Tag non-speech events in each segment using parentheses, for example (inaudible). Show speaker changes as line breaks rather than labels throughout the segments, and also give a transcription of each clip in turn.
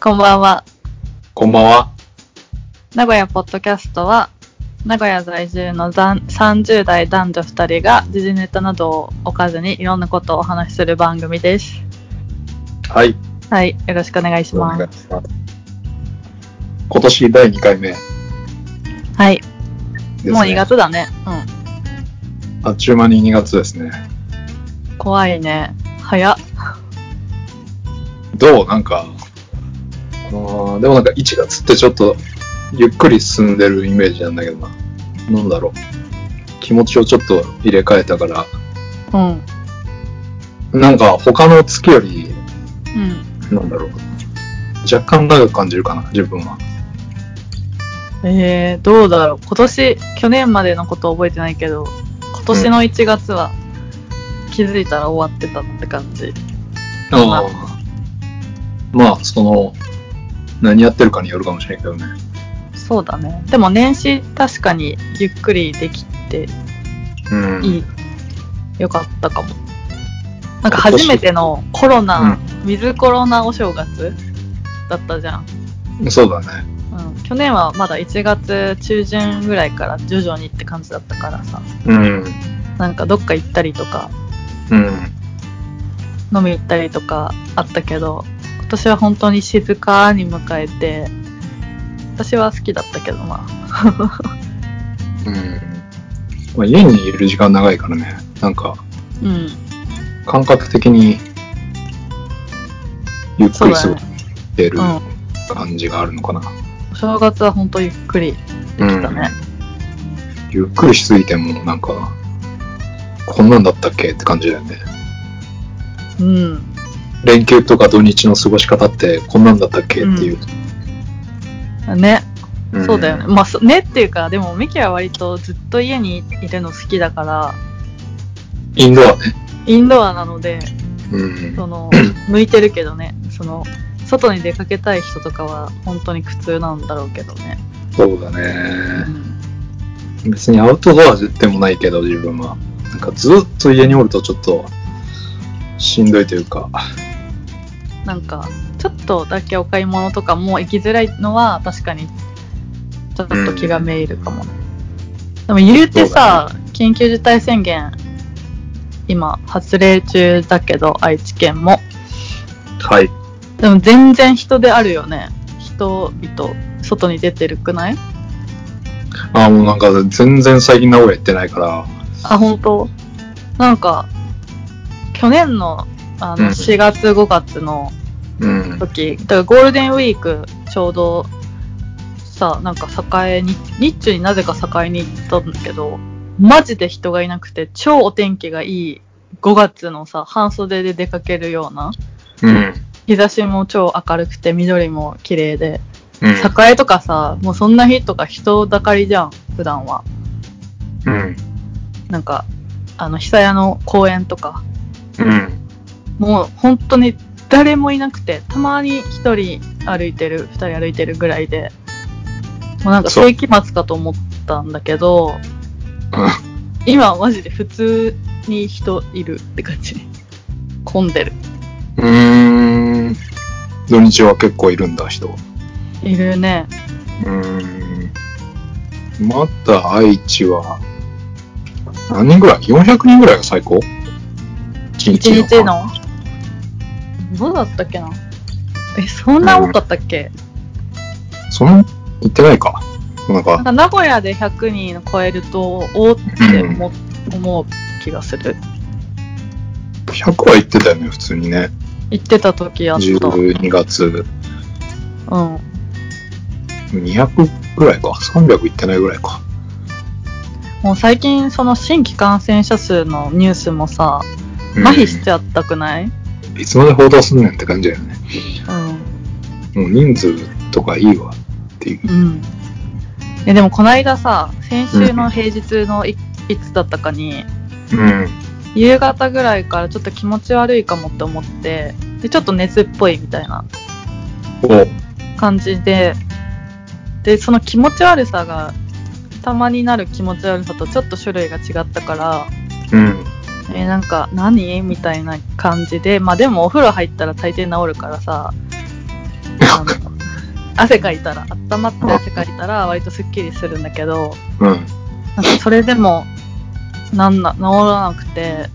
こんばんは。
こんばんは。
名古屋ポッドキャストは、名古屋在住のざん30代男女2人が時事ネタなどを置かずにいろんなことをお話しする番組です。
はい。
はい、よろしくお願いし
お
ま
願
す。
いします。今年第2回目で
はい、
すね。
もう2月だね。
あっちゅう間に2月ですね。
うん、怖いね。早っ。
どうなんか、あのーでもなんか1月ってちょっとゆっくり進んでるイメージなんだけどな。なんだろう。気持ちをちょっと入れ替えたから、
うん、うん、
なんか他の月より、なんだろう。若干長く感じるかな、自分は。
えー、どうだろう。今年、去年までのこと覚えてないけど、今年の1月は気づいたら終わってたって感じ。
ああ。まあ、その、何やってるかによるかもしれんけどね。
そうだね。でも年始確かにゆっくりできて
うん。
いい。よかったかも。なんか初めてのコロナ、ウィズコロナお正月だったじゃん。
そうだね。
うん、去年はまだ1月中旬ぐらいから徐々にって感じだったからさ
うん。
なんかどっか行ったりとか
うん。
飲み行ったりとかあったけど今年は本当に静かに迎えて私は好きだったけどまあ
うん。まあ、家にいる時間長いからね。なんか、
うん
感覚的に、ゆっくり過
そう
ご
だ
してる
うん
感じがあるのかな。
お正月は本当ゆっくり
う
だね
ゆっくりしすぎても、なんか、こんなんだったっけって感じだよね。
うん
連休とか土日の過ごし方って、こんなんだったっけっていう。
ね
ん
そうだよね。。まあ、そねっていうか、でも、ミキは割とずっと家にいるの好きだから、
インドアね。
インドアなので、
うん。
そ (clears throat) の、向いてるけどね、その、外に出かけたい人とかは、本当に苦痛なんだろうけどね。
そうだ
う
ね。
ん
別にアウトドアでもないけど、自分は。なんかずっと家におるとちょっと、しんどいというか。
なんか、ちょっとだけお買い物とかも行きづらいのは、確かに、ちょっと気がめいるかもね。でも、言うてさ、緊急事態宣言、今、発令中だけど、愛知県も。
はい。
でも全然人であるよね。人々、外に出てるくない
あもうなんか全然最近名古屋行ってないから。
あ、本当なんか、去年のあ
う
の
ん
4月5月の
うん。
時、だからゴールデンウィークちょうどさ、なんか栄に、日中になぜか栄に行ったんだけど、マジで人がいなくて超お天気がいい5月のさ、半袖で出かけるような、
うん。
日差しも超明るくて緑も綺麗で、
うん。
栄とかさ、もうそんな日とか人だかりじゃん、普段は。
うん。
なんか、あの、久屋の公園とか、
うん。
もう本当に誰もいなくて、たまに一人歩いてる、二人歩いてるぐらいで、もうなんか
そう
世紀末かと思ったんだけど、今はマジで普通に人いるって感じ。混んでる。
うん。うーん。土日は結構いるんだ、人。う
いるね。
ーん。また愛知は、何人ぐらい ?400 人ぐらいが最高一
一日。の。どうだったっけなえ、そんな多かったっけ、
その、行ってないか。なん
なん
か、
か名古屋で100人超えると、おーって思,、思う気がする。
100は行ってたよね、普通にね。
行ってた時やった。うん。
12月。200ぐらいか。300行ってないぐらいか。
もう最近、その新規感染者数のニュースもさ、麻痺しちゃったくない、
いつまで報道すんねんって感じだよね。
うん、
もう人数とかいいわっていう。
うん。いやでもこの間さ、先週の平日のい,、いつだったかに、
うん。
夕方ぐらいからちょっと気持ち悪いかもって思って、で、ちょっと熱っぽいみたいな
お
感じで、で、その気持ち悪さが、たまになる気持ち悪さとちょっと種類が違ったから、
うん。
えーなんか何みたいな感じで、まあでもお風呂入ったら大抵治るからさ、あの汗かいたら、温まって汗かいたら、割とすっきりするんだけど、
うん。
なんかそれでも、なんな、治らなくて、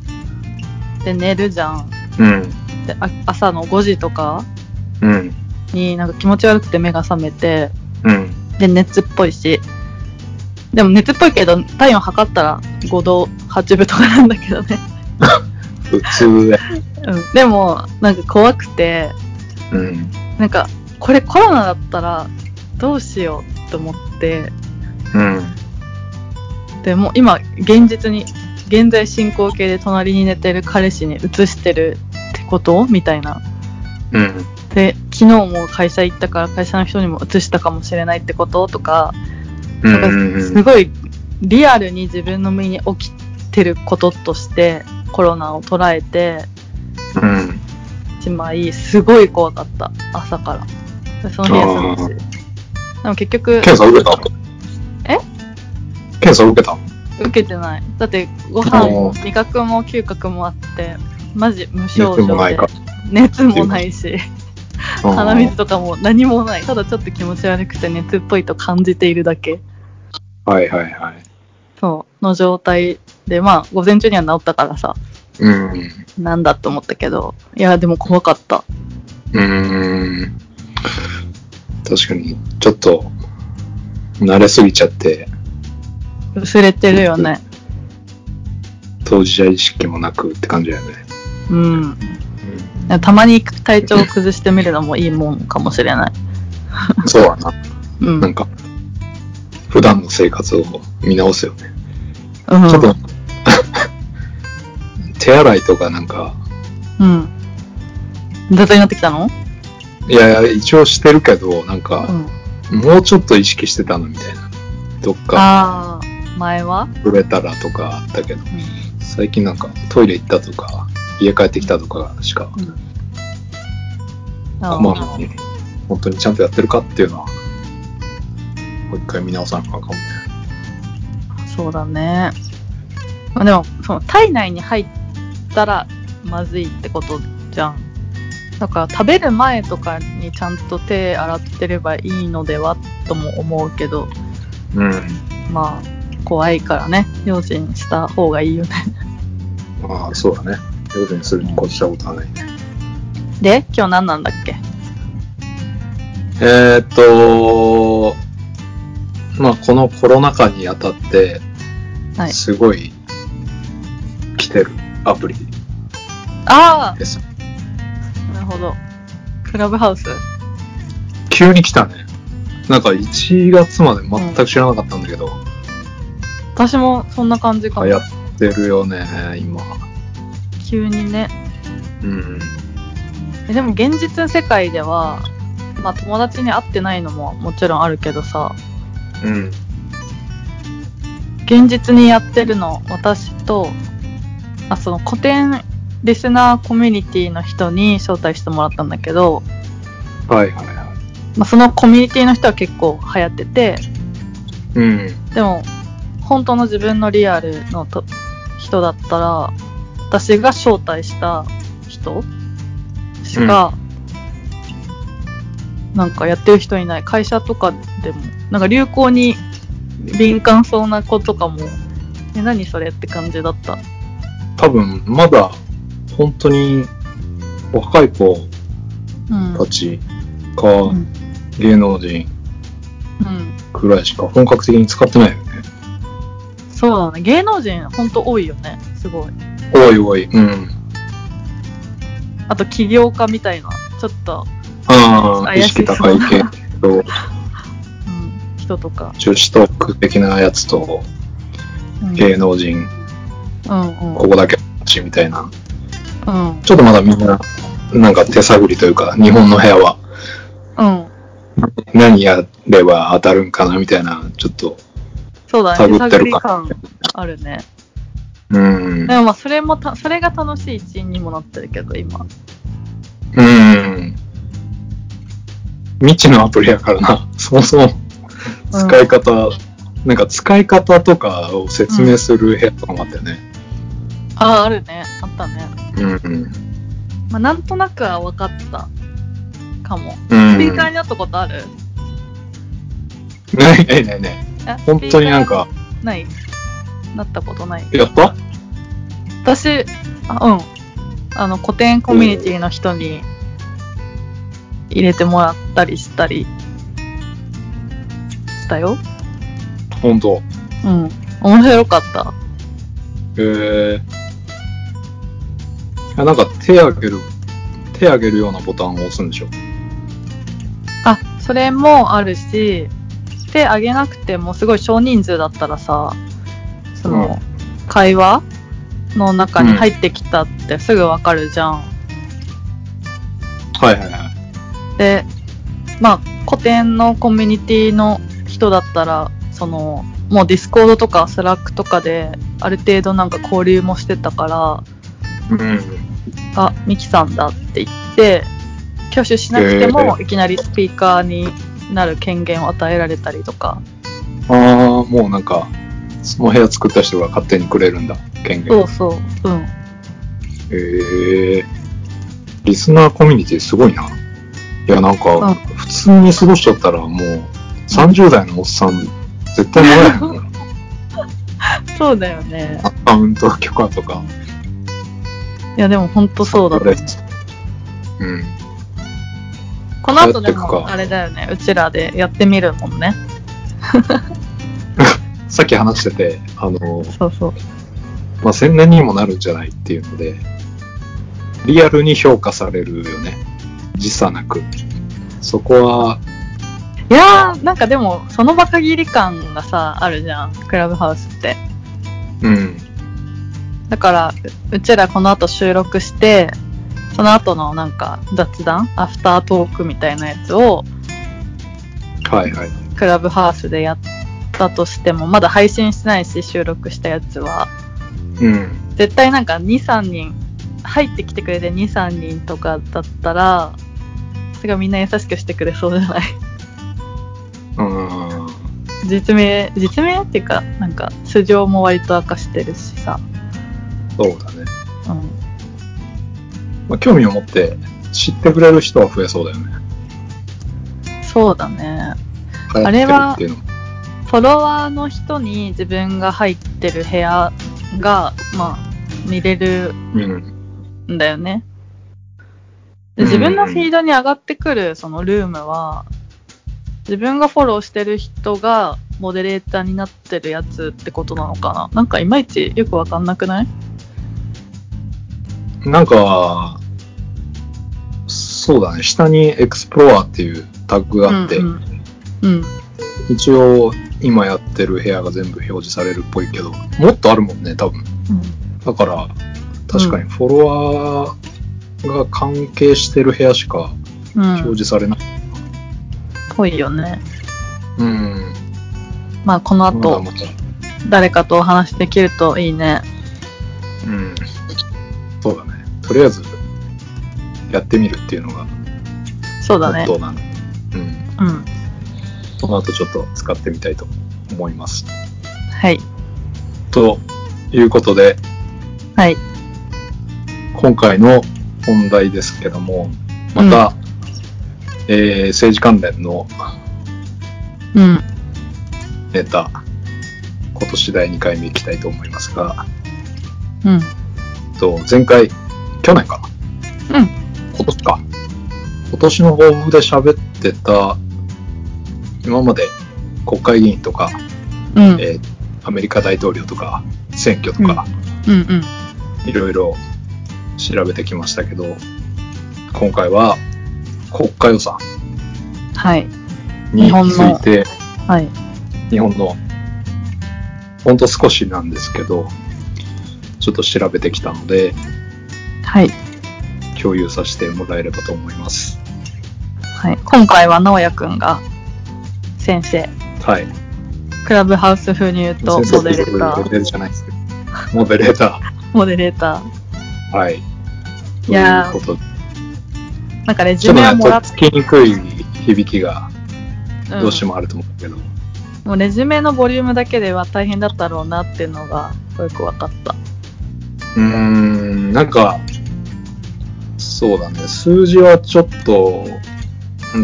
で、寝るじゃん。
うん。
で、あ朝の5時とか
うん。
になんか気持ち悪くて目が覚めて、
うん。
で、熱っぽいし、でも熱っぽいけど、体温測ったら5度8分とかなんだけどね。
普通や。
うん。でも、なんか怖くて、
うん。
なんか、これコロナだったらどうしようと思って、
うん。
でもう今、現実に、現在進行形で隣に寝てる彼氏に移してるってことみたいな。
うん。
で、昨日も会社行ったから会社の人にも移したかもしれないってこととか、
う
なん
ん。
か
う
す
ん。
ごいリアルに自分の身に起きてることとしてコロナを捉えて
うん。
しまい、すごい怖かった、朝から。でその日は
あ
休んだし。でも結局、
検査受けた
え
検査受けた
受けてないだってご
あ
飯も
ー
味覚も嗅覚もあってマジ無症
熱
状
もない
で
か。
熱もないし
うん
鼻水とかも何もないただちょっと気持ち悪くて熱っぽいと感じているだけ
はいはいはい。
そうの状態でまあ午前中には治ったからさ
うん。
なんだと思ったけどいやでも怖かった
うーん。確かに、ちょっと、慣れすぎちゃって、
薄れてるよね
当事者意識もなくって感じだよね。
うんたまに体調を崩してみるのもいいもんかもしれない
そうだな。
うん、うん、
なんか、普段の生活を見直すよね。ちょっと、 (laughs) 手洗いとかなんか、
うん雑になってきたの
いやいや、一応してるけど、なん
う
か、
ん
もうちょっと意識してたのみたいな。どっか
ああ前は
触れたらとかあったけど、最近なんかトイレ行ったとか、家帰ってきたとかしか
うん
こまめに、本当にちゃんとやってるかっていうのは、もう一回見直さなあかんかもね。
そうだね。まあでも、その体内に入ったらまずいってことじゃん。だから食べる前とかにちゃんと手洗ってればいいのではとも思うけど、
うん。
まあ、怖いからね、用心した方がいいよね。
まあ、そうだね。上手にするに越したことはないね。
で、今日何なんだっけ
えーっと、まあ、このコロナ禍にあたって、
はい。
すごい、来てるアプリ
あ
です。
あなるほど。クラブハウス。
急に来たね。なんか1月まで全く知らなかったんだけど、
私もそんな感じか
流行
な。
ってるよね、今。
急にね。
うん。
えでも現実世界では、まあ友達に会ってないのももちろんあるけどさ、
うん。
現実にやってるの、私と、あ、その古典リスナーコミュニティの人に招待してもらったんだけど、
はいはいは
まあ、そのコミュニティの人は結構流行ってて、
い。うん。
でも、本当の自分のリアルのと人だったら、私が招待した人しか、なんかやってる人いない。会社とかでも、なんか流行に敏感そうな子とかも、え、何それって感じだった。
多分まだ本当に若い子
うん。
たちか、
うん。
芸能人
うん
くらいしか本格的に使ってないよね。
そうだね。芸能人本当多いよね。すごい。
おいおい、うん。
あと起業家みたいな、ちょっと、
ああ、意
怪し
識
いそう
高い系と、
うん、人とか。
女子トーク的なやつと、
うん。
芸能人、
うんうん。
ここだけちみたいな。
うん。
ちょっとまだみんな、なんか手探りというか、日本の部屋は
うん。
何やれば当たるんかなみたいな、ちょっと、
そうだね。手
探って
探
る
り
か
感あるね。
うん。
でもまあ、それもた、それが楽しい一因にもなってるけど、今。
うん。未知のアプリやからな。そもそも
うん
使い方、なんか使い方とかを説明する部屋とかもあったよね。
ああ、あるね。あったね。
うん。
まあ、なんとなくは分かったかも。
うん
スピーカーになったことある
ないないないない。
え
本当になん。か、
スピーカーない。なったことない。
やった
私、あうん。あの、古典コミュニティの人に入れてもらったりしたりしたよ。
本当。
うん。面白かった。
えー、あなんか手あげる、手あげるようなボタンを押すんでしょ。
あ、それもあるし、手挙げなくてもすごい少人数だったらさ、その、会話の中に入ってきたってすぐわかるじゃん。
はいはいはい。
で、まあ、古典のコミュニティの人だったら、その、もうディスコードとかスラックとかで、ある程度なんか交流もしてたから、
うん。
あ、ミキさんだって言って、挙手しなくても、いきなりスピーカーになる権限を与えられたりとか、
ああ、もうなんか、その部屋作った人が勝手にくれるんだ、権
そう
限。
そう、うん。
えー、リスナーコミュニティすごいな。いや、なん
うん
か、普通に過ごしとったらもう、30代のおっさん、絶対もらえへんもんな
そうだよね。
アカウント許可とか。
いや、でも本当そうだと思う。
うん。
この後で
やってく
も、
か
あれだよね、うちらでやってみるもんね。
さっき話してて、あの、
そうそう。
まあ、宣伝にもなるんじゃないっていうので、リアルに評価されるよね。時差なく。そこは、
いやー、なんかでも、その場限り感がさ、あるじゃん、クラブハウスって。
うん。
だから、ううちらこの後収録して、その後のなんか雑談、アフタートークみたいなやつを、
はいはい。
クラブハウスでやったとしても、まだ配信してないし、収録したやつは。
うん。
絶対なんか2、3人、入ってきてくれて2、3人とかだったら、すごいみんな優しくしてくれそうじゃない (laughs)
うん。
実名、実名っていうか、なんか、素性も割と明かしてるしさ。
そうだね。
うん。
まあ、興味を持って知ってくれる人は増えそうだよね。
そうだね。
流
あれ
行
は
ってるっていうのも。
フォロワーの人に自分が入ってる部屋が、まあ、見れる
うん。
んだよね。で
うん
自分のフィードに上がってくるそのルームは、自分がフォローしてる人がモデレーターになってるやつってことなのかななんかいまいちよくわかんなくない
なんか、そうだね。下にエクスプロワーっていうタグがあって、
うんうん、うん。
一応今やってる部屋が全部表示されるっぽいけど、もっとあるもんね、多分。だから、確かにフォロワーが関係してる部屋しか
うん。うん
表示されない。
ぽいよね。
うん。
まあ、この
あ
後、誰かとお話できるといいね。
うん。そうだね。とりあえず、やってみるっていうのが、
そうだ
本
ね。
当なんで。うん。
うん。
この後ちょっと使ってみたいと思います。
はい。
ということで、
はい。
今回の本題ですけども、また、えー政治関連の
うん。
ネタ、今年第2回目いきたいと思いますが、
うん。
えっと前回、去年かな
うん。
今年か。今年の抱負で喋ってた、今まで国会議員とか、
うん。
えーアメリカ大統領とか、選挙とか、
うんうん。
いろいろ調べてきましたけど、今回は国家予算
はい。
に
日本
つ
の
いて、
はい。
日本の、ほんと少しなんですけど、ちょっと調べてきたので、
はい。
共有させてもらえればと思います。
はい、今回は直也くんが先生
はい。
クラブハウス風に言うとモデレータ
モ
ー
デレーターじゃないですけど、モデレータ
モデレータ
ー。はい。
いやー
ということで
ーなんかレ
ち
ジ
ょっ
ュメを、
とね
も
と
ら
っ
っ
つきにくい響きが
うん
どうしてもあると思うけど、
もうレジュメのボリュームだけでは大変だったろうなっていうのがよく分かった
うーんなんか、そうだね、数字はちょっと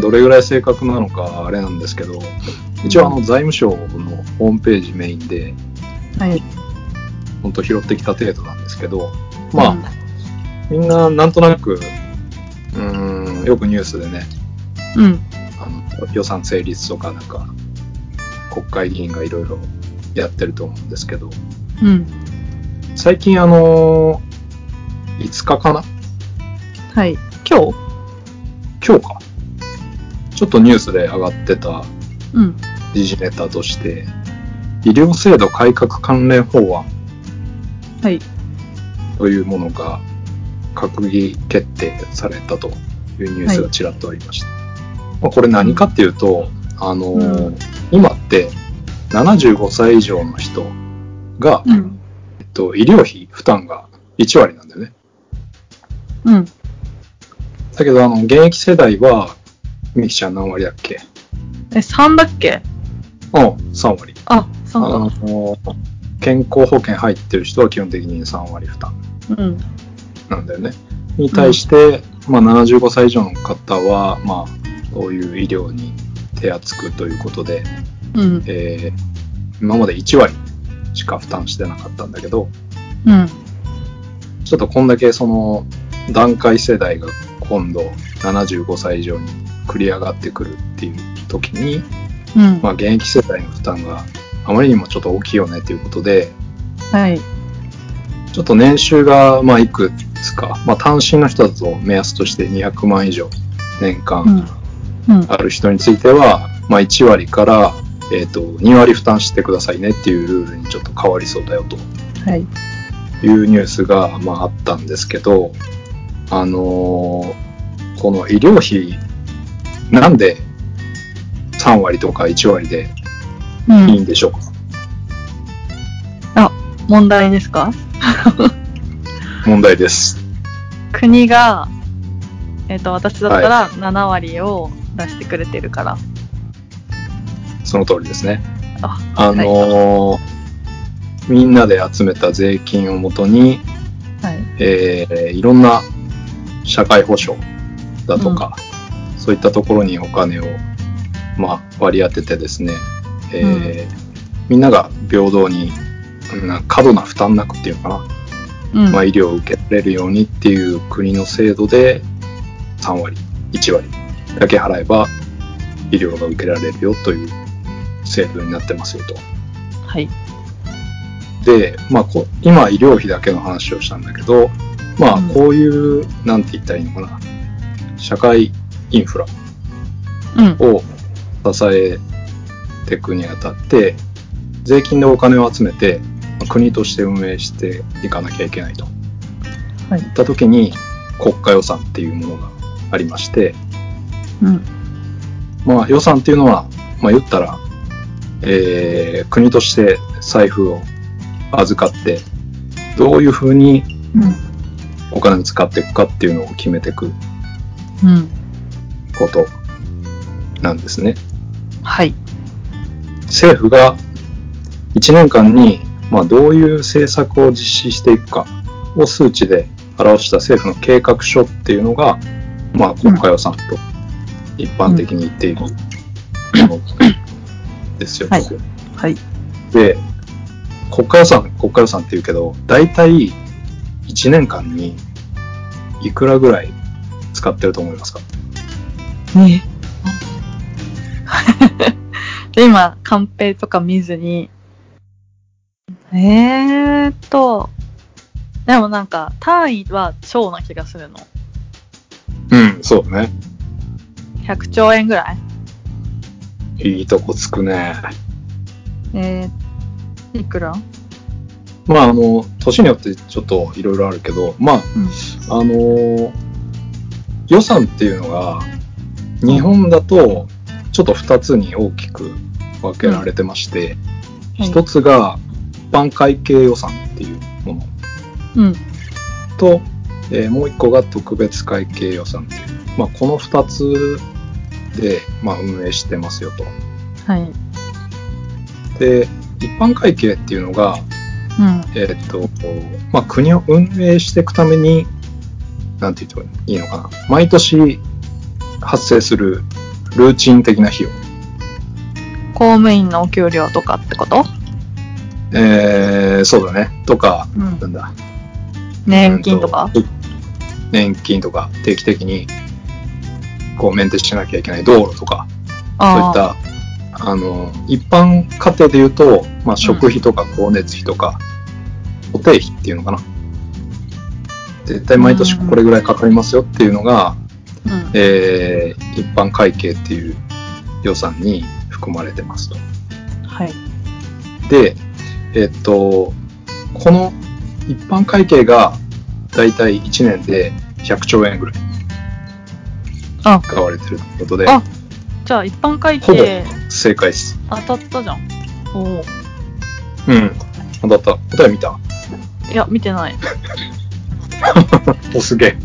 どれぐらい正確なのかあれなんですけど、一応あの財務省のホームページメインで、
はい。
本当拾ってきた程度なんですけど、まあ、みんななんとなく、うーん、よくニュースでね、
うん。
あの予算成立とか、なんか、国会議員がいろいろやってると思うんですけど、
うん。
最近、あの5日かな
はい。今日
今日か。ちょっとニュースで上がってた
うん。
時事ネタとして、医療制度改革関連法案
はい。
というものが閣議決定されたというニュースがちらっとありました。まあ、これ何かっていうと、あのー
うん
今って75歳以上の人が、
うん。
えっと、医療費負担が1割なんだよね。
うん。
だけど、あの、現役世代は、みきちゃん何割だっけ
え、3だっけ
うん、3割。
あ、
あ
3
の
か。
ー健康保険入ってる人は基本的に3割負担。
うん。
なんだよね。に対して、まあ、75歳以上の方は、まあ、そういう医療に手厚くということで、
うん。
えー今まで1割しか負担してなかったんだけど、
うん。
ちょっとこんだけその段階世代が今度75歳以上に繰り上がってくるっていう時に、
うん。
まあ、現役世代の負担があまりにもちょっと大きいよねということで、
はい。
ちょっと年収が、まあ、いくつか、まあ、単身の人だと目安として200万以上年
うん
間。
うん。
ある人については、まあ、1割から、えー、と2割負担してくださいねっていうルールにちょっと変わりそうだよと
はい。
いうニュースが、まあ、あったんですけど、あのーこの医療費なんで3割とか1割で
う
いい
ん。
んでしょうか、
問題ですか
問題です。
国が、えっ、と、私だったら7割を出してくれてるから。
その通りですね。
あ
あのーみんなで集めた税金をもとに、
はい。
えーいろんな社会保障だとか、そういったところにお金を、まあ、割り当ててですね、えーみんなが平等に、うん過度な負担なくっていうのかな、
うん。
まあ、医療を受けられるようにっていう国の制度で、3割、1割だけ払えば、医療が受けられるよという制度になってますよと。
はい。
で、まあ、こ今、医療費だけの話をしたんだけど、まあ
うん、
こういう、なんて言ったらいいのかな、社会インフラ
うん。
を支えていくにあたって、税金でお金を集めて、国として運営していかなきゃいけないと。
はい
いったときに、国家予算っていうものがありまして、
うん。
まあ、予算っていうのは、まあ、言ったら、えー国として財布を預かって、どういうふうに
うん。
お金を使っていくかっていうのを決めていく
うん。
ことなんですね。
はい。
政府が1年間に、まあ、どういう政策を実施していくかを数値で表した政府の計画書っていうのが、まあ、国家予算と一般的に言っているものですよ、
はいはい。
で、国家予算、国家予算って言うけど、大体1年間にいくらぐらい使ってると思いますか
ね (laughs) で、今、カンペとか見ずに、えーっと、でもなんか、単位は超な気がするの。
うん、そうね。
100兆円ぐらい
いいとこつくね。
えー、いくら
まあ、あの、年によってちょっといろいろあるけど、まあ、あのー予算っていうのが、日本だと、ちょっと2つに大きく分けられてまして、
はい
1つが、一般会計予算っていうもの
うん。
と、えーもう1個が特別会計予算っていう、まあ、この2つで、まあ、運営してますよと。
はい。うん。
で、一般会計っていうのが、えーっと、まあ、国を運営していくために、なんて言ってもいいのかな、毎年発生するルーチン的な費用。
公務員のお給料とかってこと
えー、そうだね。とか、
うん
なんだ。
年金とか、
うんと年金とか、定期的に、こう、メンテしなきゃいけない道路とか、そういっ
ああ
た、あの、一般家庭で言うと、まあ、食費とか光熱費とか、固定費っていうのかな。絶対毎年これぐらいかかりますよっていうのが、
うん
えー一般会計っていう予算に含まれてますと。
はい
で、えっと、この一般会計が大体1年で100兆円ぐらい
あ
使われてるということで、
あじゃあ一般会
ほぼ
計
正解です。
当たったじゃんおお
うん。当たった。答え見た
いや見てない
(laughs) お、すげえ。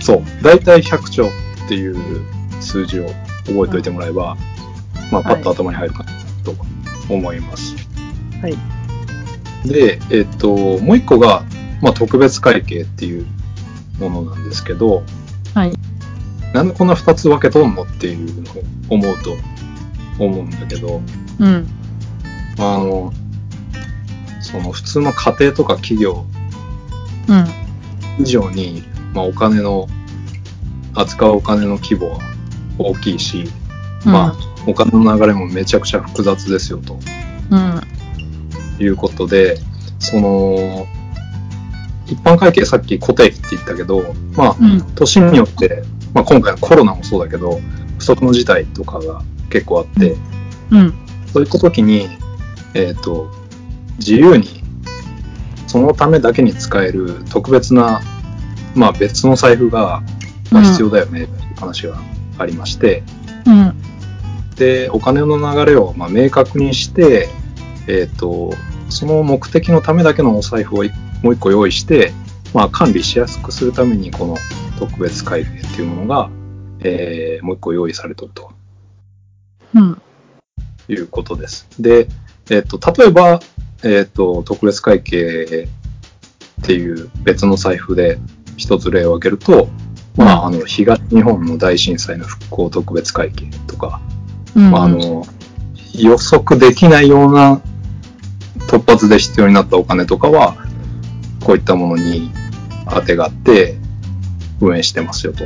そう。大体100兆っていう数字を覚えておいてもらえば、まあ、パッと頭に入るかなと思います。
はい
で、えっと、もう一個が、まあ、特別会計っていうものなんですけど、
はい
なんでこんな二つ分けとんのっていうのを思うと思うんだけど、
うん
あの、その普通の家庭とか企業
うん
以上に、まあ、お金の、扱うお金の規模は大きいし、まあ、お金の流れもめちゃくちゃ複雑ですよと。
うんうん
ということで、その、一般会計さっき固定費って言ったけど、まあ、
うん
年によって、まあ今回のコロナもそうだけど、不測の事態とかが結構あって、
うん
そういった時に、えっ、と、自由に、そのためだけに使える特別な、まあ別の財布が、まあ、必要だよね、という話がありまして、
うん
でお金の流れをまあ明確にして、えー、とその目的のためだけのお財布をいもう一個用意して、まあ、管理しやすくするためにこの特別会計っていうものが、えーもう一個用意されてると
うん
いうことです。で、えー、と例えば、えー、と特別会計っていう別の財布で一つ例を挙げると、まあ、あの東日本の大震災の復興特別会計とか、
うん
まあ、あの予測できないような突発で必要になったお金とかはこういったものにあてがって運営してますよと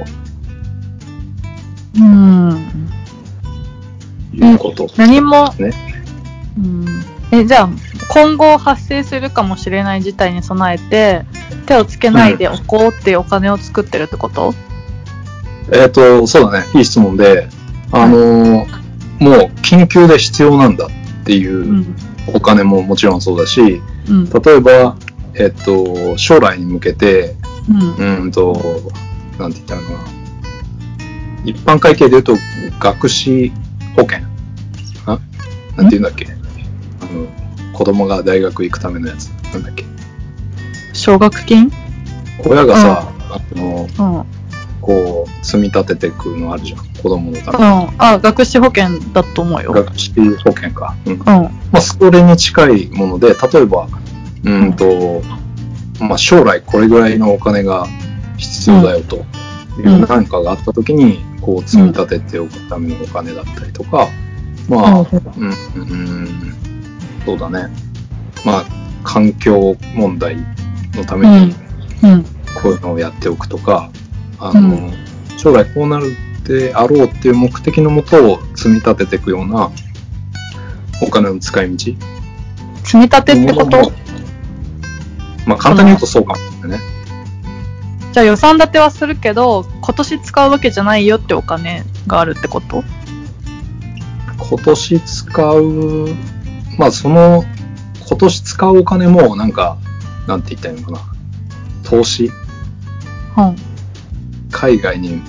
うん
いうこと
何も
ね。
うんえじゃあ今後発生するかもしれない事態に備えて手をつけないでおこうっていうお金を作ってるってこと、
えっ、とそうだねいい質問であの、もう緊急で必要なんだっていううんお金ももちろんそうだし
うん
例えば、えっと将来に向けて
うん
うーんと、なんて言ったらいいのかな。一般会計で言うと、学資保険。あなんて言うんだっけあの、子供が大学行くためのやつ。なんだっけ
奨学金
親がさ、あの、
うんうん
こう、積み立ててくのあるじゃん。子供のため。
あ学資保険だと思うよ
学資保険か。うん。ま
うん
あ、それに近いもので、例えば、うーんと、まあ、将来これぐらいのお金が必要だよとい
うん
う何かがあった時にこう積み立てておくためのお金だったりとか、まあ、
うん
うん、うん、そうだね。まあ、環境問題のために
うん
こういうのをやっておくとか、あの、
うん
将来こうなるであろうっていう目的のもとを積み立てていくようなお金の使い道
積み立てってこ
もの
と
もまあ、簡単に言うとそうかもしれないね。
じゃあ予算立てはするけど今年使うわけじゃないよってお金があるってこと
今年使う、まあその、今年使うお金も、なんか、なんて言ったらいいのかな。投資、
うん
海外に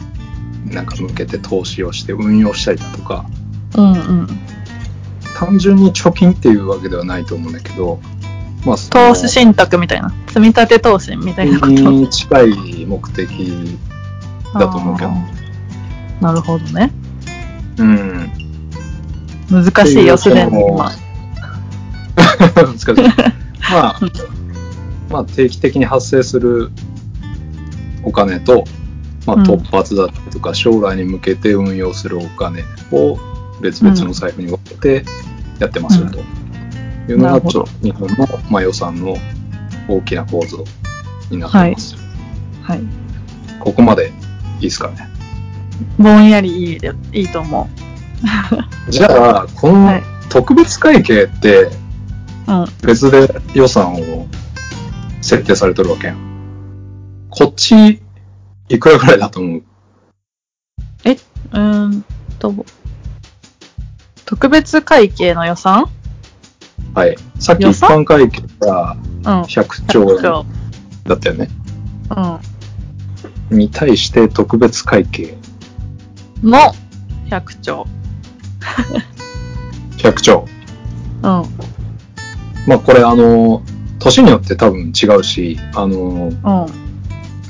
なんか向けて投資をして運用したりだとか、
うんうん
単純に貯金っていうわけではないと思うんだけど、まあその、
投資信託みたいな積み立て投資みたいなこと
に近い目的だと思うけど
あーなるほどね
うん。 (laughs)
難しいよ
って
す
いう
でに
その
今
難しい。
(laughs)
まあ、まあ、定期的に発生するお金と、まあ、
うん
突発だったりとか、将来に向けて運用するお金を別々の財布に分けてやってますよというの
なる
が、
ほ
ちょ
ど
っと日本の、まあ、予算の大きな構造になってます。
はい。
ここまでいいですかね。
ぼんやりいいでいいと思
じゃあ、こ
う。
の
はい。
特別会計って
うん。
別で予算を設定されてるわけやん。こっち、いくらぐらいだと思う
うーんと、特別会計の予算
はい。さっき
予
一
算
般会計が
うん。
100兆円
100
だったよね。
兆
に対して特別会計
うん。の100兆。
100兆。
うん。
まあこれあの、年によって多分違うし、あの、
うん。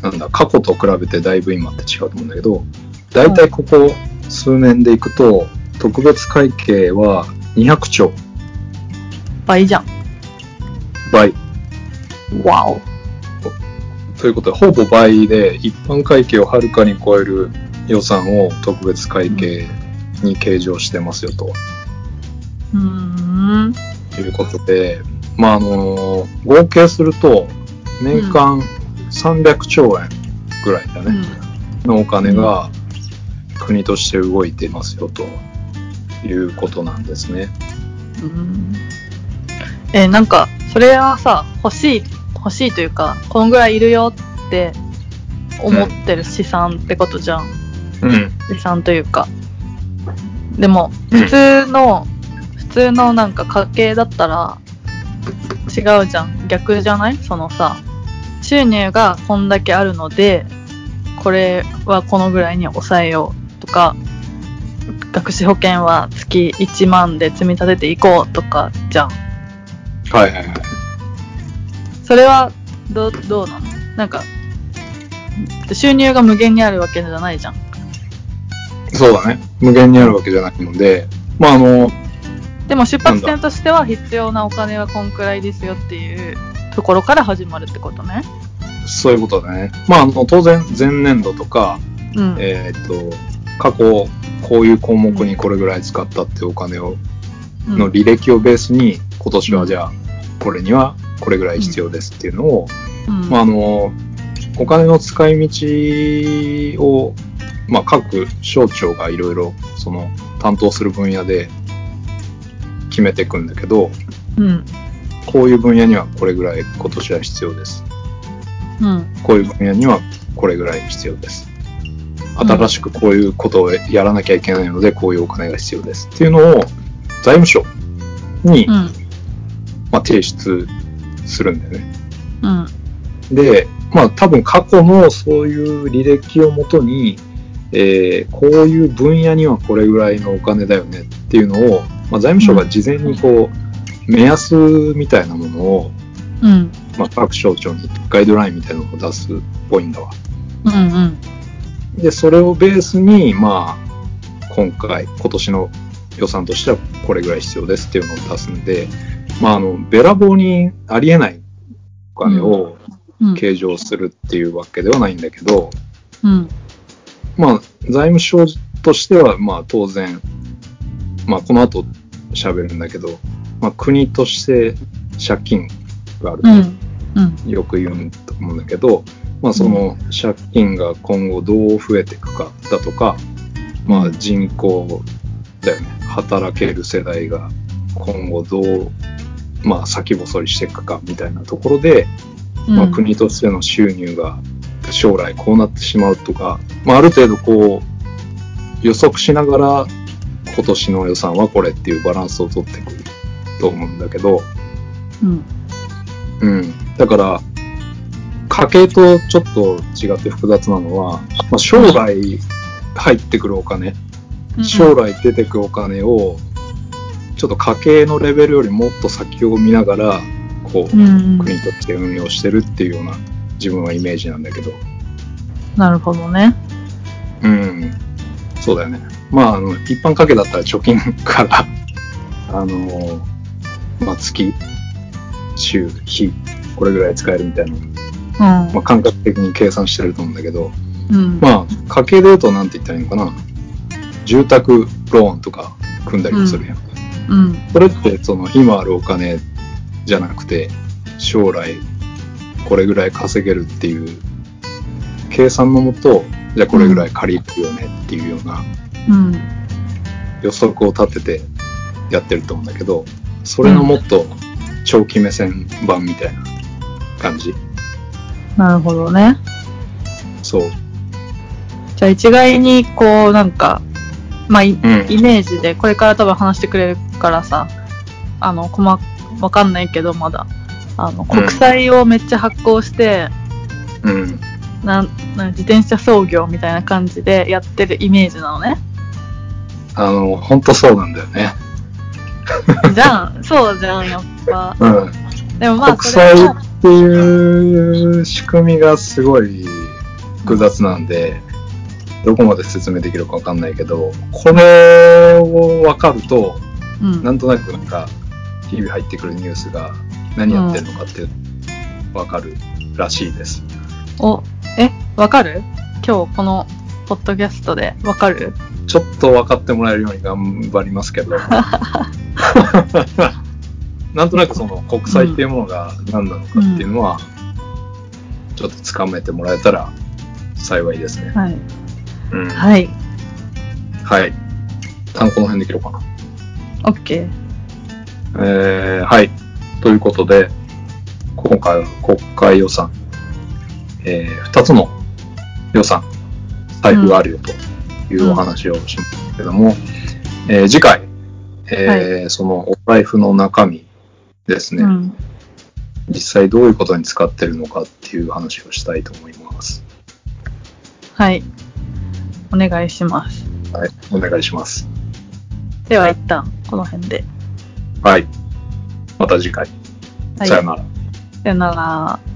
なんだ、過去と比べてだいぶ今って違うと思うんだけど、だいたいここ数年でいくと、特別会計は200兆
倍じゃん。
倍。
わお。
ということで、ほぼ倍で一般会計をはるかに超える予算を特別会計に計上してますよと。
うーん。
ということで、まああの合計すると年間300兆円ぐらいだ
う
ね、
ん。
のお金が国として動いてますよということなんですね。
うんえーなんかそれはさ欲しい欲しいというかこのぐらいいるよって思ってる資産ってことじゃん、
うん、
資産というかでも
うん
普通の、普通のなんか家計だったら違うじゃん逆じゃないそのさ収入がこんだけあるのでこれはこのぐらいに抑えようとか学資保険は月1万で積み立てていこうとかじゃん
はいはいはい。
それはどうどうなのなんか収入が無限にあるわけじゃないじゃん
そうだね。無限にあるわけじゃないので、まああの、
でも出発点としては必要なお金はこんくらいですよっていうところから始まるってことね。
そういうことだね。まああの、当然前年度とか、
うん。
えーっと、過去こういう項目にこれぐらい使ったっていうお金を
うん
の履歴をベースに、今年はじゃあ、これにはこれぐらい必要ですっていうのを、
うん
まあ、あの、お金の使い道を、まあ、各省庁がいろいろ、その、担当する分野で決めていくんだけど、
うん。
こういう分野にはこれぐらい今年は必要です。
うん。
こういう分野にはこれぐらい必要です。新しくこういうことをやらなきゃいけないので、こういうお金が必要です。っていうのを、財務省に、
うん。
まあ、提出するんだよね。
うん。
で、まあ多分過去のそういう履歴をもとに、えーこういう分野にはこれぐらいのお金だよねっていうのを、まあ、財務省が事前にこう、目安みたいなものを、
うん。
まあ、各省庁にガイドラインみたいなのを出すっぽいんだわ。
うん。うん。
で、それをベースに、まあ、今回、今年の予算としてはこれぐらい必要ですっていうのを出すんで、まあ、あの、べらぼうにありえないお金を
うん。
計上するっていうわけではないんだけど、
うん。
まあ、財務省としては、まあ、当然、まあ、この後喋るんだけど、まあ、国として借金があると、
うん。うん。
よく言うと思うんだけど、まあ、その借金が今後どう増えていくかだとか、まあ、人口だよね働ける世代が今後どう、まあ、先細りしていくかみたいなところで、まあ、国としての収入が将来こうなってしまうとか、まあ、ある程度こう予測しながら今年の予算はこれっていうバランスを取っていくと思うんだけど、
うん。
うん、だから家計とちょっと違って複雑なのは、まあ、将来入ってくるお金、
うん。
将来出てくお金をちょっと家計のレベルよりもっと先を見ながらこう、
うん。
国として運用してるっていうような自分はイメージなんだけど、
なるほどね。
うん、そうだよね。まあ、あの、一般家計だったら貯金から、 (laughs) あの、まあ、月、週、日、これぐらい使えるみたいな、
うん。
まあ、感覚的に計算してると思うんだけど、
うん。
まあ、家計で言うとなんて言ったらいいのかな。住宅ローンとか組んだりもするやん。
うん。
それって、その、今あるお金じゃなくて、将来、これぐらい稼げるっていう、計算のもと、じゃあこれぐらい借りるよねっていうような
うん。
予測を立ててやってると思うんだけど、それのもっと長期目線版みたいな感じ。
なるほどね。
そう。
じゃあ一概にこうなんか、まあ、い
うん
イメージでこれから多分話してくれるからさあの細わかんないけどまだあの国債をめっちゃ発行して、
うん。
なん、なん自転車操業みたいな感じでやってるイメージなの
(laughs)
ね
あの、ほんとそうなんだよね。
じゃんそうじゃんやっぱ
うん。
でもまあ
国
それ
債
は
っていう仕組みがすごい複雑なんで、どこまで説明できるかわかんないけど、これを分かると、
うん
なんとなくなんか、日々入ってくるニュースが何やってるのかって分かるらしいです。
おえわかる今日このポッドキャストでわかる
ちょっと分かってもらえるように頑張りますけど。 (laughs) なんとなくその国債っていうものが何なのかっていうのは、ちょっとつかめてもらえたら幸いですね。
はい、
うんはい。
はい、
単行の辺で切ろうか
OK
な。えー、はい。ということで、今回は国会予算、えー、2つの予算、財布があるよというお話をしましたけども、えー次回、えーそのお財布の中身ですね、
うん
実際どういうことに使ってるのかっていう話をしたいと思います。
はいお願いします
はい、お願いします。
では一旦この辺で。
はい。また次回。
はい
さよなら。
さよなら。